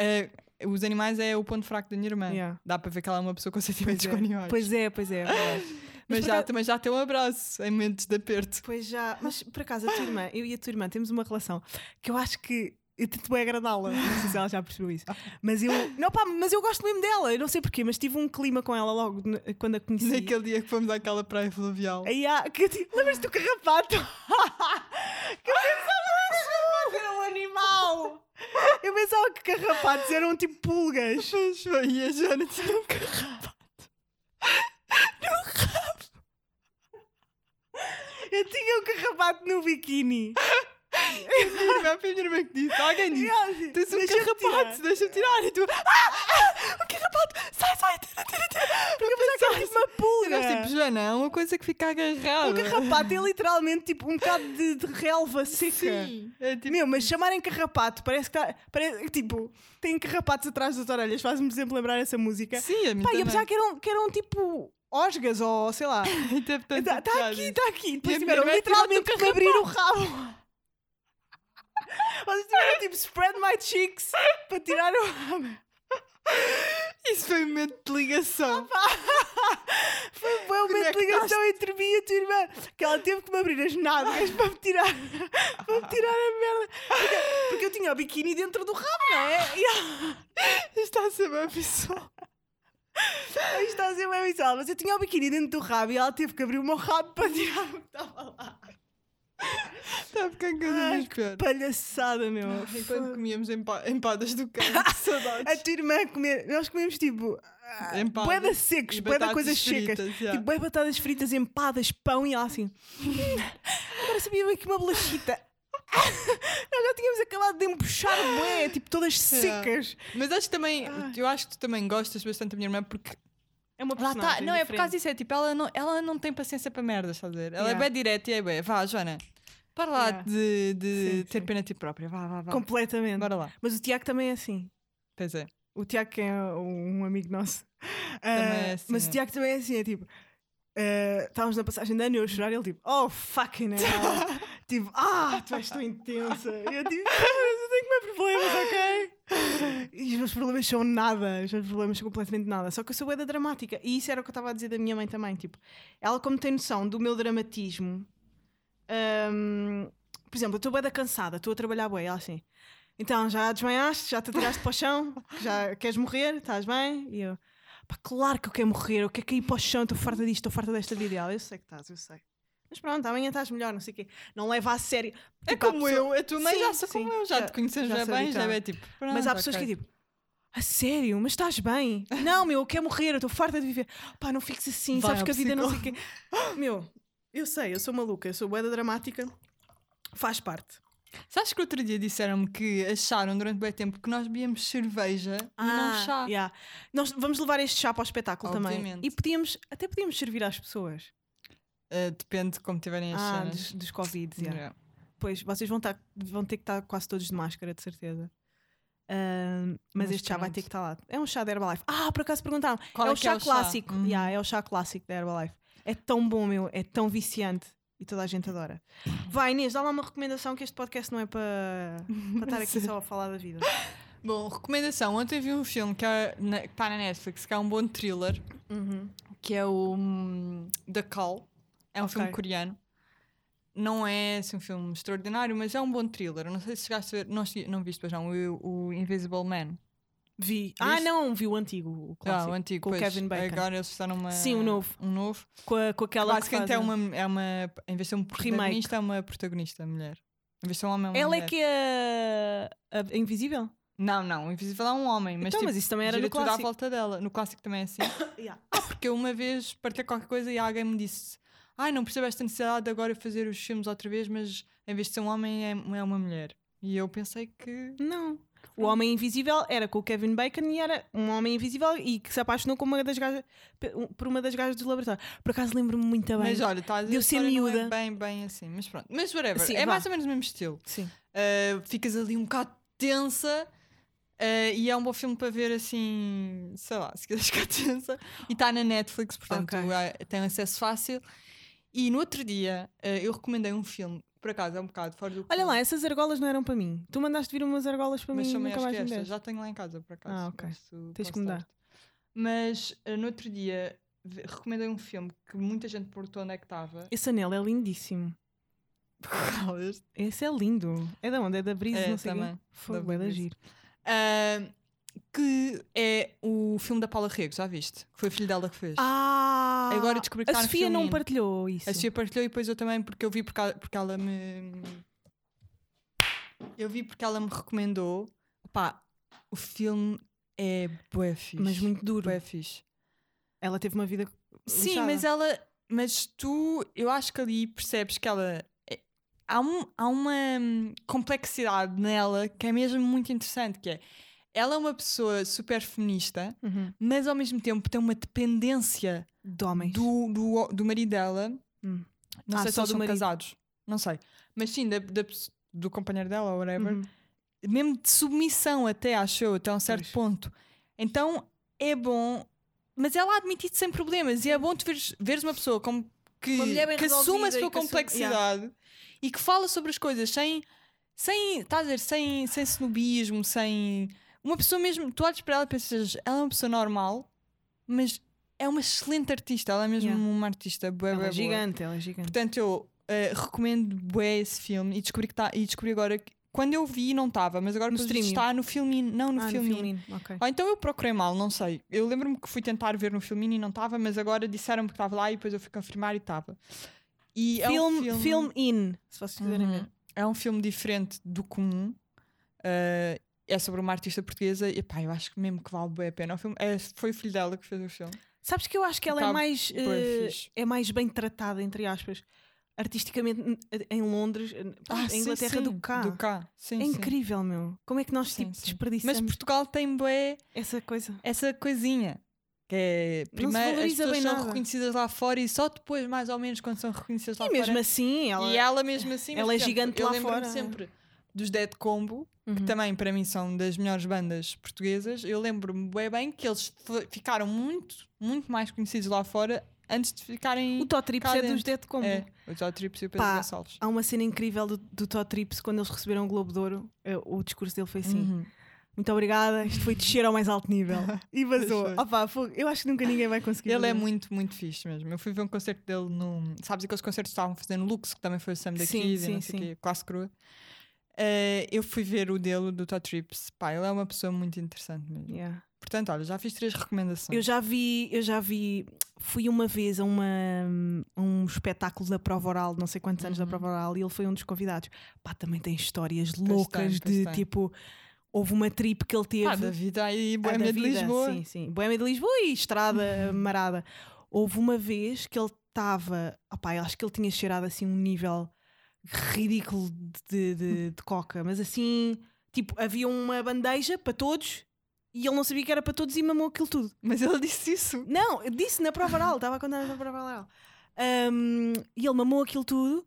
S3: é- os animais é o ponto fraco da minha irmã.
S2: Yeah.
S3: Dá para ver que ela é uma pessoa com sentimentos
S2: Pois
S3: com
S2: é.
S3: animais.
S2: pois é, pois é. é verdade.
S3: mas
S2: por
S3: já,
S2: acaso-
S3: também já tem um abraço em momentos de aperto.
S2: Pois já, mas por acaso a tua irmã, eu e a tua irmã temos uma relação que eu acho que eu tento bem agradá-la, não sei se ela já percebeu isso. Mas eu, não pá, mas eu gosto mesmo dela, eu não sei porquê, mas tive um clima com ela logo n- quando a conheci.
S3: Naquele dia que fomos àquela praia fluvial.
S2: Aí há, que eu tipo, lembras-te do carrapato? (laughs) que eu pensava que o carrapato era um animal. Eu pensava que carrapatos eram tipo pulgas.
S3: Mas bem, e a Joana tinha um carrapato.
S2: Eu tinha um carrapato no biquíni.
S3: A minha irmã, foi a minha irmã que disse. Alguém
S2: E
S3: disse.
S2: ela disse,
S3: Tens um
S2: "Deixa-me
S3: carrapato,
S2: tirar."
S3: deixa-me tirar. E tu, ah,
S2: é
S3: ah, um carrapato, sai, sai, tira, tira, tira. Porque eu pensava que
S2: Era tipo uma pulga.
S3: era tipo, Joana, é uma coisa que fica agarrada.
S2: O carrapato é literalmente tipo um bocado de, de relva seca.
S3: Sim. É tipo,
S2: Meu, mas chamarem carrapato, parece que tá, parece, tipo, tem carrapatos atrás das orelhas, faz-me sempre lembrar essa música.
S3: sim, a minha
S2: Pá, e eu
S3: (laughs)
S2: pensava que eram, que eram tipo osgas ou sei lá.
S3: Está
S2: Está tá aqui, está aqui. Depois
S3: a minha
S2: tiveram
S3: irmã
S2: literalmente
S3: tirou-te
S2: que abrir o rabo. Vocês tiveram tipo spread my
S3: (laughs)
S2: cheeks para tirar o rabo.
S3: Isso foi um momento de
S2: Ah,
S3: ligação.
S2: Foi boa uma
S3: Conectaste.
S2: ligação entre mim e a tua irmã. Que ela teve que me abrir as nádegas para me tirar, (laughs) para me tirar a merda. Porque, porque eu tinha o biquíni dentro do rabo, não é? E ela,
S3: (laughs) Está a ser uma pessoa.
S2: isto está a ser bem bizarro, mas eu tinha o biquíni dentro do rabo e ela teve que abrir o meu rabo para tirar o que estava lá.
S3: Está a ficar cada
S2: Ai,
S3: vez pior.
S2: Palhaçada, meu.
S3: Ai,
S2: Fogo.
S3: Enquanto comíamos empa- empadas do cão, que
S2: A
S3: saudades.
S2: tua irmã a comer, nós comemos tipo
S3: Empadas
S2: boeda secos,
S3: E
S2: boeda
S3: batatas
S2: coisas secas.
S3: fritas, já.
S2: Tipo, bué batatas fritas, empadas, pão e ela assim. "Hum, Agora sabia bem que uma bolachita. (laughs) Nós já tínhamos acabado de embuchar bué, tipo todas
S3: Yeah.
S2: secas.
S3: Mas acho que também,
S2: Ai.
S3: eu acho que tu também gostas bastante da minha irmã porque
S2: É uma
S3: lá
S2: personagem.
S3: está, não é por
S2: diferente.
S3: causa disso, é tipo, ela não, ela não tem paciência para merdas, estás a ver? Ela
S2: Yeah.
S3: é bem direta e é bem, vá, Joana, para lá
S2: Yeah.
S3: de, de
S2: Sim,
S3: ter
S2: sim.
S3: pena de ti própria, vá, vá, vá.
S2: Completamente.
S3: Bora lá.
S2: Mas o Tiago também é assim.
S3: Pois é.
S2: O Tiago, que é um amigo nosso.
S3: Também é
S2: Ah,
S3: assim,
S2: mas
S3: é.
S2: o Tiago também é assim, é tipo. ah, estávamos na passagem de ano e eu a chorar e ele tipo, oh fucking hell. tipo, ah, tu és tão intensa. E eu tipo, "Ah, mas eu tenho meus problemas, ok? (laughs) E os meus problemas são nada, os meus problemas são completamente nada. Só que eu sou bué da dramática. E isso era o que eu estava a dizer da minha mãe também. Tipo, ela, como tem noção do meu dramatismo, hum, por exemplo, eu estou bué da cansada, estou a trabalhar bué, ela assim. Então, já desmanhaste? Já te atiraste para o chão? Já queres morrer? Estás bem? E eu, pá, claro que eu quero morrer, eu quero cair para o chão, estou farta disto, estou farta desta vida. E ela, eu sei que estás, eu sei. Mas pronto, amanhã estás melhor, não sei o quê. Não leva a sério.
S3: É
S2: Tipo, há
S3: como
S2: pessoa-
S3: eu, a tua mãe
S2: Sim,
S3: já sou
S2: sim,
S3: como eu, já,
S2: já-
S3: te conhecemos
S2: já
S3: já,
S2: sou
S3: bem, já
S2: habituada.
S3: é tipo,
S2: Mas há
S3: pronto,
S2: pessoas
S3: ok.
S2: que é tipo, a sério, mas estás bem? (laughs) Não, meu, eu quero morrer, eu estou farta de viver. Pá, não fiques assim,
S3: Vai
S2: sabes
S3: ao
S2: que a vida não sei o quê. (gasps) Meu, eu sei, eu sou maluca, eu sou boeda dramática, faz parte.
S3: Sabes que outro dia disseram-me que acharam durante bem tempo que nós bebíamos cerveja e não chá.
S2: Ah, yeah. Nós vamos levar este chá para o espetáculo também.
S3: Obviamente.
S2: E podíamos, até podíamos servir às pessoas.
S3: Uh, depende de como tiverem as
S2: Ah,
S3: cenas.
S2: dos, dos Covid. Yeah.
S3: Yeah.
S2: Pois, vocês vão, tá, vão ter que estar quase todos de máscara, de certeza. Ahm, mas,
S3: Mas
S2: este chá vai
S3: pronto.
S2: ter que estar lá. É um chá da Herbalife. Ah, por acaso perguntaram.
S3: Qual
S2: é,
S3: é
S2: o
S3: que é
S2: chá
S3: o chá?
S2: clássico.
S3: Uhum.
S2: Yeah, é o chá clássico da Herbalife. É tão bom, meu. É tão viciante. E toda a gente adora. Vai, Inês, dá lá uma recomendação que este podcast não é para
S3: (laughs)
S2: para estar aqui só a falar da vida.
S3: Bom, recomendação. Ontem vi um filme que é na- que está na Netflix, que é um bom thriller,
S2: Uhum.
S3: que é o hum, The Call. É um
S2: Ok.
S3: filme coreano. Não é assim, um filme extraordinário, mas é um bom thriller. Não sei se chegaste a ver. Não, che- não viste, pois não, o, o Invisible Man.
S2: Vi. Ah,
S3: Viste?
S2: não, vi o antigo, o
S3: Ah,
S2: clássico.
S3: o antigo.
S2: com o
S3: pois.
S2: Kevin Bacon.
S3: Agora eles fizeram uma,
S2: Sim, o novo.
S3: Um novo.
S2: Com, a- com aquela que faz
S3: Basicamente é
S2: a-
S3: uma, é uma. Em vez de ser um
S2: Remake.
S3: protagonista, é uma protagonista mulher. Em vez de ser um homem, é uma
S2: Ela é
S3: mulher.
S2: que é a, a invisível?
S3: Não, não. O Invisível é um homem, mas,
S2: então,
S3: tipo,
S2: mas isso também era
S3: gira
S2: no
S3: tudo à
S2: clássico.
S3: volta dela. No clássico também é assim.
S2: Yeah.
S3: Porque eu uma vez partilhei qualquer coisa e alguém me disse: Ai, não percebo esta necessidade de agora fazer os filmes outra vez, mas em vez de ser um homem, é, é uma mulher. E eu pensei que.
S2: Não. O Homem Invisível era com o Kevin Bacon e era um homem invisível e que se apaixonou com uma das gajas, pe- um- por uma das gajas do laboratório. Por acaso lembro-me muito Tá bem.
S3: Mas olha, estás a
S2: Deu
S3: dizer,
S2: ser
S3: a história não
S2: miúda.
S3: É bem, bem assim, mas pronto. Mas whatever,
S2: Sim,
S3: é
S2: vá.
S3: mais ou menos o mesmo estilo.
S2: Sim.
S3: Uh, ficas ali um bocado tensa. uh, e é um bom filme para ver assim, sei lá, se quiseres (laughs) ficar tensa. E está na Netflix, portanto
S2: Ok.
S3: há- tem um acesso fácil. E no outro dia uh, eu recomendei um filme, que por acaso é um bocado fora do.
S2: Olha
S3: comum,
S2: lá, essas argolas não eram para mim. Tu mandaste vir umas argolas para
S3: mas
S2: mim
S3: são
S2: nunca mais
S3: maiores que é
S2: me
S3: esta.
S2: deste.
S3: Já tenho lá em casa, por acaso.
S2: Ah, ok.
S3: posso-
S2: Tens que
S3: posso
S2: me dar.
S3: dar-te. Mas uh, no outro dia ve- recomendei um filme que muita gente perguntou onde é que
S2: (laughs)
S3: estava.
S2: Esse anel é lindíssimo. Esse é lindo. É da onde? É da Brisa,
S3: É,
S2: não sei o quê?
S3: também.
S2: Foi
S3: Da
S2: bué da
S3: Brisa.
S2: giro.
S3: Uh, que é o filme da Paula Rego, já viste? Que foi o filho dela que fez.
S2: Ah!
S3: Agora descobri que
S2: A
S3: está no
S2: Sofia não
S3: filminho.
S2: partilhou isso.
S3: A Sofia partilhou e depois eu também, porque eu vi porque ela, porque ela me. Eu vi porque ela me recomendou. Pá, o filme é bué fixe.
S2: Mas muito duro.
S3: Bué fixe.
S2: Ela teve uma vida.
S3: Sim,
S2: lixada.
S3: mas ela. Mas tu, eu acho que ali percebes que ela. é- Há, um, há uma hum, complexidade nela que é mesmo muito interessante, que é. Ela é uma pessoa super feminista,
S2: Uhum.
S3: mas ao mesmo tempo tem uma dependência
S2: De homens.
S3: do, do, do marido dela.
S2: Hum.
S3: Não
S2: Ah,
S3: sei se
S2: só
S3: eles
S2: do
S3: são
S2: marido.
S3: casados. Não sei. Mas sim, da, da pes- do companheiro dela, ou whatever.
S2: Uhum.
S3: Mesmo de submissão, até, acho eu, até um certo
S2: Pois.
S3: ponto. Então é bom. Mas ela admite isso sem problemas. E é bom tu veres, veres uma pessoa com, que,
S2: Uma mulher bem
S3: que assume
S2: resolvida
S3: a
S2: e
S3: sua
S2: que assume-
S3: complexidade e que fala sobre as coisas sem. sem estás a dizer, sem, sem snobismo, sem. Uma pessoa mesmo. Tu olhas para ela e pensas, ela é uma pessoa normal, mas é uma excelente artista. Ela é mesmo
S2: Yeah.
S3: uma artista. Bué, bué,
S2: Ela
S3: boa.
S2: é gigante, ela é gigante.
S3: Portanto, eu eh, recomendo bué esse filme e descobri, que tá, e descobri agora que quando eu vi não estava, mas agora
S2: No
S3: depois
S2: streaming.
S3: está no filminho. Não, no
S2: ah,
S3: Um filminho.
S2: no filminho. Ok.
S3: Ou então eu procurei mal, não sei. Eu lembro-me que fui tentar ver no filminho e não estava, mas agora disseram-me que estava lá e depois eu fui confirmar e estava. E é
S2: Film,
S3: um filme,
S2: film in, se vocês quiserem
S3: Uhum.
S2: ver.
S3: É um filme diferente do comum. eh, é sobre uma artista portuguesa e pá, eu acho que mesmo que vale bem a pena. O filme, é, foi o filho dela que fez o filme.
S2: Sabes que eu acho que ela
S3: Tá
S2: é mais
S3: bué
S2: eh,
S3: fixe.
S2: é mais bem tratada, entre aspas, artisticamente n- eh, em Londres, em
S3: Ah, sim,
S2: é Inglaterra
S3: sim,
S2: do cá.
S3: Do cá. Sim,
S2: é
S3: sim.
S2: incrível, meu. Como é que nós
S3: Sim,
S2: tipo,
S3: sim.
S2: desperdiçamos
S3: Mas Portugal tem bué
S2: essa coisa?
S3: essa coisinha. Que é,
S2: Não se
S3: primeiro as
S2: valoriza
S3: pessoas
S2: bem
S3: são
S2: nada.
S3: reconhecidas lá fora e só depois, mais ou menos, quando são reconhecidas lá
S2: E mesmo
S3: fora.
S2: assim, ela.
S3: e ela mesmo assim. mas,
S2: ela
S3: por
S2: é
S3: exemplo,
S2: gigante
S3: eu
S2: lá
S3: lembro-me
S2: fora.
S3: sempre dos Dead Combo,
S2: Uhum.
S3: que também para mim são das melhores bandas portuguesas. Eu lembro-me bem bem que eles fo- ficaram muito, muito mais conhecidos lá fora antes de ficarem.
S2: O Totrips
S3: cá
S2: é
S3: dentro.
S2: dos Dead Combo.
S3: É, o Jó Trips e o Pedro
S2: Pá, ah,
S3: Gonçalves.
S2: Há uma cena incrível do, do Todd Trips quando eles receberam o Globo de Ouro. eh, O discurso dele foi assim:
S3: Uhum.
S2: Muito obrigada, isto foi descer ao mais alto nível. E vazou.
S3: Deixou.
S2: Opa, fogo. eu acho que nunca ninguém vai conseguir.
S3: Ele é
S2: fazer.
S3: muito, muito fixe mesmo. Eu fui ver um concerto dele no. Sabes aqueles concertos que estavam fazendo Lux, que também foi o Sam da
S2: Sim,
S3: Kid e
S2: sim,
S3: não sei o
S2: sim.
S3: quê, classe crua. Eh, eu fui ver o dele do Todd Trips. Pá, ele é uma pessoa muito interessante mesmo.
S2: Yeah.
S3: Portanto, olha, já fiz três recomendações.
S2: Eu já vi, eu já vi, fui uma vez a, uma, a um espetáculo da prova oral, não sei quantos anos da
S3: Uhum.
S2: prova oral, e ele foi um dos convidados. Pá, também tem histórias
S3: tem,
S2: loucas
S3: pois
S2: de
S3: tem.
S2: tipo, houve uma trip que ele teve.
S3: Pá, da vida aí,
S2: Ah, da
S3: Boêmia de
S2: vida,
S3: Lisboa.
S2: Sim, sim. Boémia de Lisboa e Estrada Marada. Houve uma vez que ele estava. Opá, eu acho que ele tinha cheirado assim um nível ridículo de, de, de coca, mas assim, tipo, havia uma bandeja para todos e ele não sabia que era para todos e mamou aquilo tudo.
S3: (laughs) Mas ele disse isso.
S2: Não, eu disse na prova oral, estava a contar na prova oral. Hum, e ele mamou aquilo tudo.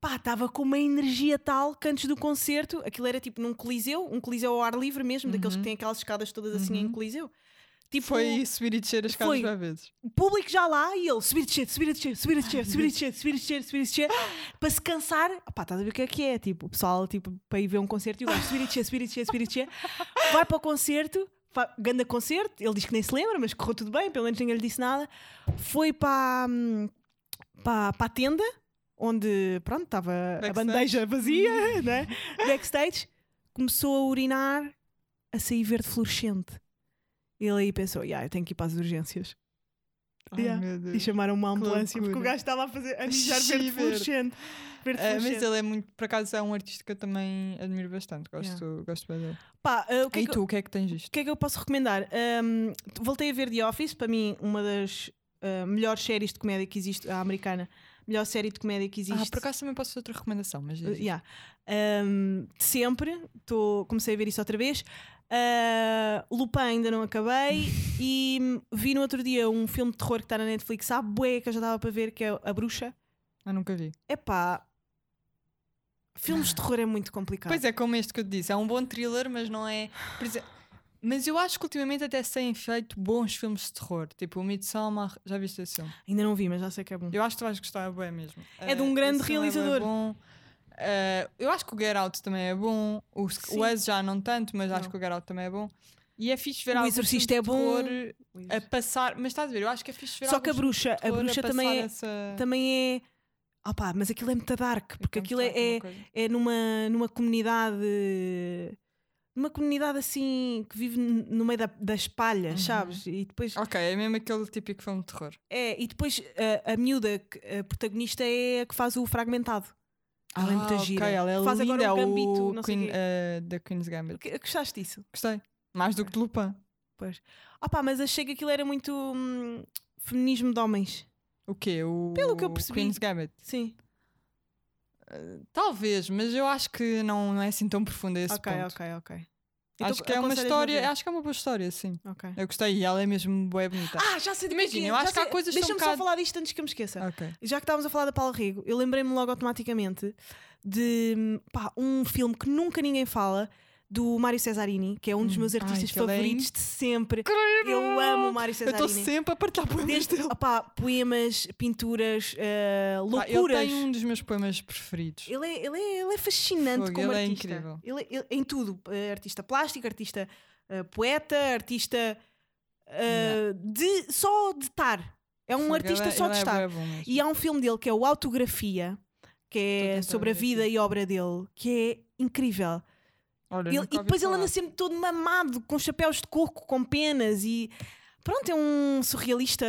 S2: Pá, estava com uma energia tal que antes do concerto, aquilo era tipo num coliseu, um coliseu ao ar livre mesmo, daqueles que
S3: Uhum.
S2: têm aquelas escadas todas assim em
S3: Uhum.
S2: coliseu. Tipo,
S3: Foi subir e descer as
S2: foi.
S3: casas às vezes.
S2: o público já lá e ele subir e descer, subir e descer, subir e descer, subir e descer, subir e descer, subir e descer, para se cansar. Pá, estás a ver o que é que é? Tipo, o pessoal, tipo, para ir ver um concerto e o gajo subir e descer, subir e descer, subir e descer. Vai para o concerto, fa- ganda concerto, ele diz que nem se lembra, mas correu tudo bem, pelo menos ninguém lhe disse nada. Foi para, hum, para, para a tenda, onde, pronto, estava a
S3: Backstage.
S2: bandeja vazia, (laughs) né? Backstage, começou a urinar, a sair verde fluorescente. Ele aí pensou, yeah, eu tenho que ir para as urgências.
S3: Ai,
S2: Yeah.
S3: meu Deus.
S2: E chamaram uma ambulância porque o
S3: loucura.
S2: gajo estava a fazer a mijar
S3: Xixi
S2: verde
S3: verde.
S2: fluorescente. Verde
S3: Ah, mas
S2: fluorescente.
S3: ele é muito, por acaso é um artista que eu também admiro bastante, gosto, gosto bem dele.
S2: Pá, ah, o que é
S3: e
S2: que eu-
S3: tu, o que é que tens
S2: o
S3: isto?
S2: que é que eu posso recomendar? Ahm, voltei a ver The Office, para mim, uma das ah, melhores séries de comédia que existe, a americana, melhor série de comédia que existe.
S3: Ah, por acaso também posso fazer outra recomendação, mas diz
S2: Uh,
S3: isto.
S2: yeah. Um, de sempre, tô, comecei a ver isso outra vez. Uh, Lupin ainda não
S3: (laughs)
S2: acabei e hum, vi no outro dia um filme de terror que está na Netflix, há bué que eu já estava para ver, que é A Bruxa.
S3: Ah, nunca vi.
S2: Epá, filmes de terror é muito complicado.
S3: Ah. Pois é, como este que eu te disse, é um bom thriller, mas não é. por exemplo- mas eu acho que ultimamente até se têm feito bons filmes de terror, tipo o Midsommar, já viste esse filme?
S2: Ainda não vi, mas já sei que é bom.
S3: Eu acho que tu vais gostar, é bem mesmo.
S2: É de um
S3: Eh,
S2: grande
S3: esse filme é bué
S2: realizador.
S3: bom. Eh, eu acho que o Get Out também é bom, o,
S2: Sim.
S3: o Us já não tanto, mas acho
S2: Não.
S3: que o Get Out também é bom. E é fixe ver
S2: O
S3: algum
S2: Exorcista
S3: filme de
S2: é bom.
S3: terror a passar, mas estás a ver, eu acho que é fixe ver
S2: Só que a
S3: alguns
S2: bruxa, a
S3: filmes de
S2: bruxa
S3: terror
S2: também é,
S3: passar essa-
S2: também é. Opá, mas aquilo é muito dark, porque
S3: Vamos
S2: aquilo é,
S3: mostrar
S2: é,
S3: aqui uma coisa.
S2: é numa, numa comunidade. Numa comunidade assim que vive n- no meio da- das palhas,
S3: Uhum.
S2: sabes? E depois,
S3: Ok, é mesmo aquele típico filme de terror.
S2: é, e depois ah, a, miúda, que- a protagonista, é a que faz o fragmentado. Ela é muito
S3: ok,
S2: gira.
S3: ela é
S2: Faz
S3: linda,
S2: agora o gambito,
S3: é o
S2: não sei
S3: Queen,
S2: quê.
S3: eh, da Queen's Gambit.
S2: Que- Gostaste disso?
S3: Gostei. Mais do que de Lupin.
S2: Opá, mas achei que aquilo era muito hum, feminismo de homens.
S3: O quê? O
S2: Pelo que eu percebi.
S3: Queen's Gambit.
S2: Sim.
S3: Talvez, mas eu acho que não, não é assim tão profundo a esse
S2: ok,
S3: ponto.
S2: ok, ok.
S3: acho
S2: Então,
S3: que é
S2: aconselhas-me a
S3: uma
S2: ver?
S3: história, acho que é uma boa história, sim.
S2: Ok.
S3: Eu gostei e ela é mesmo bem bonita.
S2: Ah, já sei do que
S3: Imagina,
S2: é,
S3: eu
S2: já
S3: acho que há
S2: sei.
S3: coisas que são
S2: Deixa-me
S3: um
S2: só
S3: bocado-
S2: falar disto antes que eu me esqueça.
S3: ok.
S2: Já que estávamos a falar da Paula Rego, eu lembrei-me logo automaticamente de hum, pá, um filme que nunca ninguém fala, do Mário Cesarini, que é um dos
S3: Hum,
S2: meus
S3: ai,
S2: artistas
S3: que ele é
S2: favoritos de sempre. Eu amo o Mário
S3: Eu estou
S2: Cesarini.
S3: sempre a partilhar poemas
S2: Desde
S3: dele.
S2: opá, poemas, pinturas, eh,
S3: Pá, ele
S2: loucuras.
S3: tem um dos meus poemas preferidos.
S2: Ele é, ele é, ele é fascinante
S3: Fogo,
S2: como
S3: ele é
S2: artista.
S3: incrível.
S2: Ele, é- ele- em tudo. eh, artista plástico, artista eh, poeta, artista eh, de só de estar. É um
S3: Fogo,
S2: artista
S3: ele é-
S2: só
S3: ele
S2: de
S3: é
S2: estar.
S3: bué bom mesmo.
S2: E há um filme dele que é o Autografia, que
S3: Estou a
S2: é
S3: tentar
S2: sobre a
S3: ver
S2: vida
S3: aqui.
S2: e obra dele, que é incrível.
S3: Olha,
S2: Ele-
S3: nunca
S2: e
S3: ouvi
S2: depois ele
S3: falar.
S2: anda sempre todo mamado, com chapéus de coco, com penas e. Pronto, é um surrealista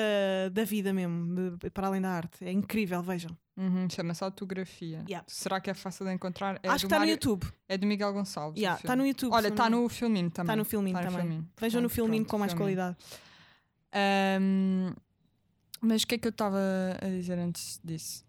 S2: da vida mesmo, de- para além da arte. É incrível, vejam.
S3: Uhum, Chama-se Autografia.
S2: Yeah.
S3: Será que é fácil de encontrar? É
S2: Acho
S3: do
S2: que está no
S3: Mário-
S2: YouTube.
S3: É do Miguel Gonçalves. o
S2: Yeah, Está
S3: filme.
S2: no YouTube.
S3: Olha,
S2: se eu
S3: está
S2: não-
S3: no filminho também.
S2: Está no filminho
S3: Tá no
S2: também.
S3: filminho.
S2: Vejam no
S3: Portanto,
S2: filminho
S3: pronto,
S2: com mais
S3: filminho.
S2: qualidade.
S3: Ahm, mas o que é que eu estava a dizer antes disso?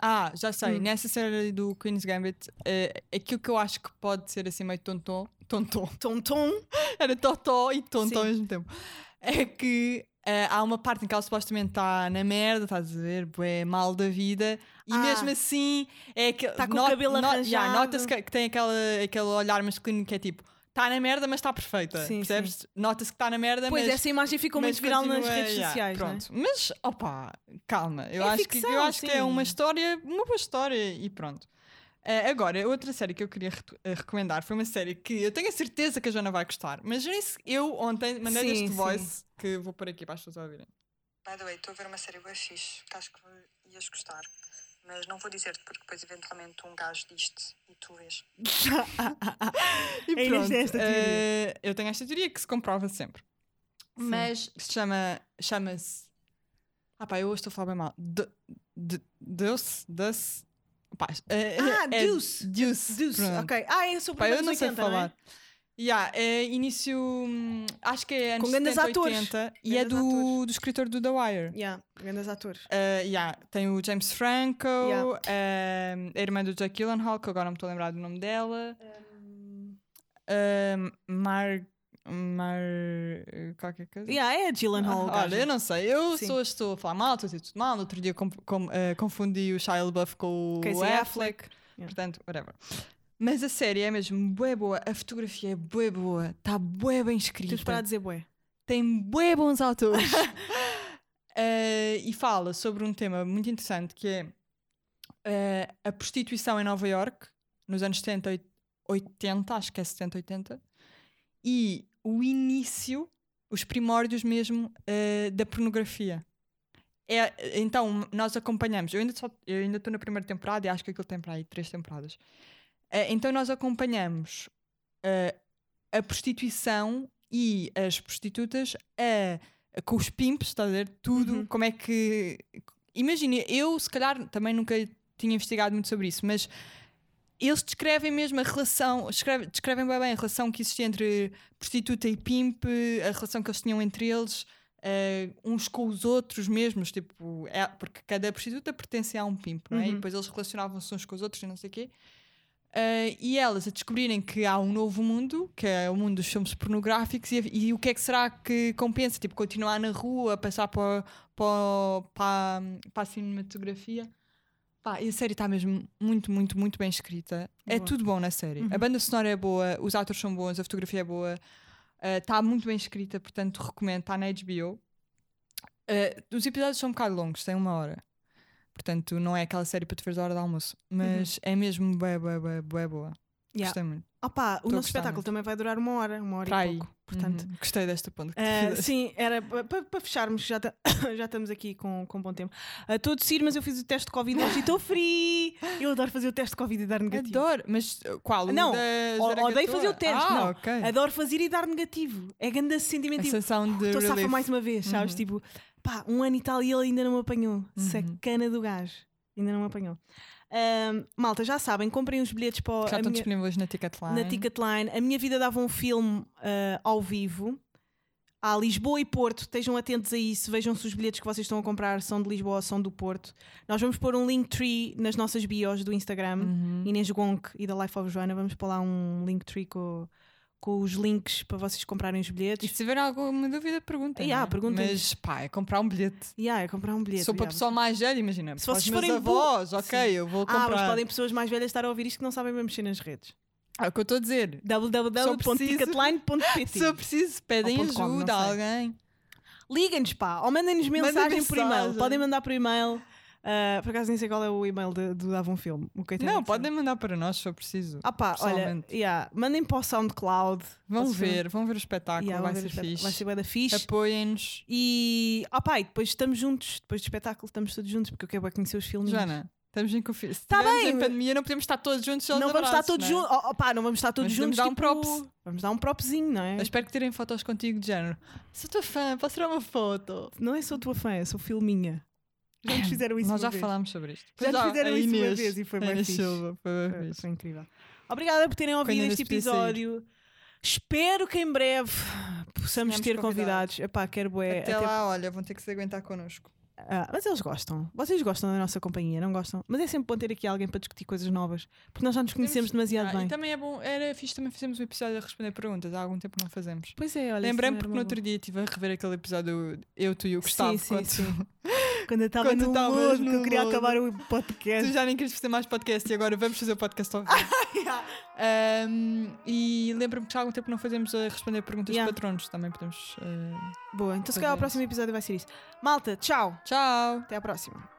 S3: Ah, já sei.
S2: Hum.
S3: Nessa série do Queen's Gambit, eh, aquilo que eu acho que pode ser assim meio tonton, tonton,
S2: Tom Tom.
S3: (laughs) era totó e tonton ao
S2: Sim.
S3: mesmo tempo, é que eh, há uma parte em que ela supostamente está na merda, estás a ver, é mal da vida, e
S2: Ah.
S3: mesmo assim é que
S2: Tá com o cabelo
S3: já,
S2: arranjado.
S3: Nota-se que, que tem aquela, aquele olhar masculino que é tipo, está na merda, mas está perfeita.
S2: Sim,
S3: percebes? Nota-se que está na merda,
S2: Pois,
S3: mas
S2: essa imagem ficou muito viral nas
S3: continua,
S2: redes
S3: yeah,
S2: sociais. não é?
S3: Pronto. Mas, opá, calma. Eu,
S2: É
S3: acho, que, eu
S2: ficção,
S3: acho que é uma
S2: sim.
S3: história, uma boa história e pronto. Eh, agora, outra série que eu queria re- eh, recomendar foi uma série que eu tenho a certeza que a Joana vai gostar, mas eu nem se- eu ontem mandei
S2: Sim,
S3: este
S2: sim.
S3: voice que vou pôr aqui para as pessoas ouvirem.
S1: By the way, estou a ver uma série bem fixe que acho que ias gostar. Mas não vou dizer-te porque depois eventualmente um gajo diz-te e tu vês.
S2: Ah,
S3: E
S2: Ainda
S3: pronto,
S2: tem esta teoria.
S3: eh, eu tenho esta teoria que se comprova sempre.
S2: Sim.
S3: Mas se chama, chama-se. Ah, pá, eu hoje estou a falar bem mal. De- de- Deus, Deus. Pá, eh,
S2: Ah,
S3: é
S2: Deuce.
S3: Deuce.
S2: Deuce,
S3: pronto.
S2: ok. Ah, é sobre
S3: Pá,
S2: os
S3: eu
S2: anos
S3: não sei
S2: 80, não é?
S3: falar. Yeah, é início. hum, Acho que é anos
S2: Com grandes
S3: 70,
S2: atores.
S3: 80, e é
S2: Grandes
S3: do, do escritor do The Wire.
S2: Yeah, grandes atores.
S3: Uh, yeah, tem o James Franco,
S2: Yeah.
S3: um, a irmã do Jack Gyllenhaal, que agora não me estou a lembrar do nome dela. Um, Mar. Mar. qualquer coisa.
S2: Yeah, é a Gyllenhaal.
S3: Ah,
S2: gaja.
S3: Olha, eu não sei, eu
S2: Sim.
S3: sou, estou a falar mal, estou a dizer tudo mal. No outro dia com- com- eh, confundi o Shia LaBeouf com o
S2: Casey
S3: Affleck,
S2: Affleck. Yeah.
S3: portanto, whatever. Mas a série é mesmo bué boa, a fotografia é bué boa, está bué bem
S2: Temos para
S3: escrita,
S2: dizer bué.
S3: tem bué bons atores. (laughs) Eh, e fala sobre um tema muito interessante que é eh, a prostituição em Nova York nos anos 70, oit- 80, acho que é 70, 80, e o início, os primórdios mesmo eh, da pornografia. É, então, nós acompanhamos, eu ainda só- eu ainda estou na primeira temporada e acho que aquilo tem para aí três temporadas. Eh, então, nós acompanhamos eh, a prostituição e as prostitutas a- a- com os pimpes, está a ver? Tudo,
S2: Uhum.
S3: como é que. Imagina, eu se calhar também nunca tinha investigado muito sobre isso, mas eles descrevem mesmo a relação, escreve- descrevem bem, bem a relação que existia entre prostituta e pimp, a relação que eles tinham entre eles, eh, uns com os outros mesmos, tipo, é- porque cada prostituta pertencia a um pimp, não é? E
S2: Uhum.
S3: depois eles relacionavam-se uns com os outros e não sei o quê. Eh, e elas a descobrirem que há um novo mundo, que é o mundo dos filmes pornográficos, e, e o que é que será que compensa? Tipo, continuar na rua, passar para, para, para, para a cinematografia. Pá, e a série está mesmo muito, muito, muito bem escrita. É
S2: Boa.
S3: tudo bom na série. A banda sonora é boa, os atores são bons, a fotografia é boa, está muito bem escrita, portanto recomendo. Está na HBO. Uh, os episódios são um bocado longos, têm uma hora. Portanto, não é aquela série para te veres a hora do almoço. Mas é mesmo bué, bué, bué, bué boa.
S2: Yeah.
S3: Gostei muito.
S2: Opa, Ah, o
S3: a
S2: nosso
S3: gostar
S2: espetáculo
S3: muito.
S2: também vai durar uma hora, uma hora
S3: Para
S2: e
S3: aí.
S2: pouco. Portanto,
S3: Uhum. Gostei (laughs) desta ponta que tu
S2: Ah,
S3: fizeste.
S2: sim, era para fecharmos, já, ta- (coughs) já estamos aqui com, com bom tempo. Estou a tossir, mas eu fiz o teste de Covid hoje e estou free! Eu adoro fazer o teste de Covid e dar negativo.
S3: Adoro. Mas uh, qual? O
S2: Não,
S3: da
S2: o-
S3: Zaragatua?
S2: odeio fazer o teste,
S3: Ah,
S2: não.
S3: ok.
S2: Adoro fazer e dar negativo. É grande
S3: A
S2: sentimento. tipo,
S3: sensação de
S2: Estou safa
S3: relief.
S2: mais uma vez, sabes?
S3: Uhum.
S2: Tipo, pá, um ano e tal e ele ainda não me apanhou. Sacana do gajo. Ainda não me apanhou. Ahm, malta, já sabem, comprem os bilhetes para o-
S3: Já
S2: a
S3: estão
S2: minha-
S3: disponíveis na Ticketline.
S2: na Ticketline. A minha vida dava um filme ah, ao vivo. Há Lisboa e Porto, estejam atentos a isso, vejam se os bilhetes que vocês estão a comprar são de Lisboa ou são do Porto. Nós vamos pôr um Linktree nas nossas bios do Instagram,
S3: Uhum.
S2: Inês Gonk e da Life of Joana. Vamos pôr lá um Linktree com, com os links para vocês comprarem os
S3: E
S2: bilhetes.
S3: se tiver alguma dúvida,
S2: Ah,
S3: perguntem.
S2: yeah,
S3: não é?
S2: perguntem-lhes.
S3: Mas pá, é comprar um bilhete.
S2: E ah, é comprar um bilhete.
S3: Sou para
S2: yeah.
S3: pessoa mais velha, imagina.
S2: Se
S3: para os
S2: vocês
S3: meus
S2: forem bu-
S3: avós, ok,
S2: Sim.
S3: eu vou comprar.
S2: Ah, mas podem pessoas mais velhas estar a ouvir isto que não sabem bem mexer nas redes.
S3: É o que eu estou a dizer.
S2: www.ticketline.pt
S3: (laughs) Se eu preciso, pedem
S2: Ou ponto com, não
S3: ajuda
S2: sei.
S3: a alguém.
S2: Liguem-nos, pá, ou mandem-nos
S3: Mandem
S2: mensagem, por e-mail.
S3: mensagem.
S2: Podem mandar por e-mail. Ah, por acaso nem sei qual é o e-mail de- do Dava um Filme. O coitado
S3: Não,
S2: do
S3: podem mandar para nós se eu preciso.
S2: filme. Ah, pá, olha,
S3: pessoalmente.
S2: yeah, mandem para o SoundCloud.
S3: vão
S2: Vocês
S3: ver, vão ver o espetáculo,
S2: yeah,
S3: vai,
S2: vão ver
S3: ser
S2: o espet-
S3: fixe.
S2: Vai ser bué da fixe.
S3: Apoiem-nos.
S2: E, ah, pá, e depois estamos juntos. Depois do espetáculo, estamos todos juntos, porque eu quero bué conhecer os filmes.
S3: Joana, Estamos em confiança.
S2: Tá bem.
S3: em pandemia, não podemos estar todos juntos. aos
S2: Não vamos estar
S3: abraços,
S2: todos
S3: não é?
S2: juntos. Oh, opá, não vamos estar todos
S3: Mas
S2: juntos.
S3: podemos dar um
S2: tipo,
S3: props.
S2: Vamos dar um propzinho, não é?
S3: Eu espero que tirem fotos contigo de género. Sou tua fã, posso tirar uma foto?
S2: Não é só tua fã, é só filminha. Já nos fizeram isso
S3: É, Nós
S2: uma
S3: já
S2: vez.
S3: falámos sobre isto.
S2: Já
S3: Pois
S2: nos fizeram
S3: a
S2: isso uma
S3: Inês,
S2: vez e foi
S3: a
S2: bué
S3: Inês
S2: fixe.
S3: Silva, É, foi bem
S2: Foi,
S3: fixe.
S2: foi incrível. Obrigada por terem ouvido
S3: ainda
S2: este
S3: se podia sair.
S2: episódio. Espero que em breve possamos
S3: Tenhamos
S2: ter
S3: convidados.
S2: convidados. Epá, quero bué.
S3: Até
S2: até-
S3: lá, olha, vão ter que se aguentar connosco.
S2: Ah, mas eles gostam. Vocês gostam da nossa companhia, não gostam? Mas é sempre bom ter aqui alguém para discutir coisas novas. Porque nós já nos conhecemos demasiado
S3: Ah,
S2: bem.
S3: e também é bom, era fixe, também fizemos um episódio a responder perguntas, há algum tempo não fazemos.
S2: Pois é, olha.
S3: Lembrei-me
S2: isso
S3: porque
S2: não
S3: no
S2: era
S3: outro dia estive a rever aquele episódio Eu, Tu e o
S2: Sim,
S3: Gustavo.
S2: sim,
S3: quando-
S2: sim. uma boa. Quando eu estava
S3: Quando
S2: no
S3: estavas
S2: lodo,
S3: no
S2: que eu queria
S3: lodo.
S2: acabar o
S3: (laughs) Tu (laughs)
S2: podcast.
S3: já nem queres fazer mais podcast e agora vamos fazer o podcast
S2: (laughs)
S3: ao vivo. Ahm, e lembro-me que já há algum tempo não fazemos a responder perguntas
S2: Yeah.
S3: de patronos. Também podemos. eh,
S2: Boa, então se
S3: Pois
S2: calhar
S3: é.
S2: o próximo episódio vai ser isso. Malta, tchau.
S3: Tchau!
S2: Até à próxima.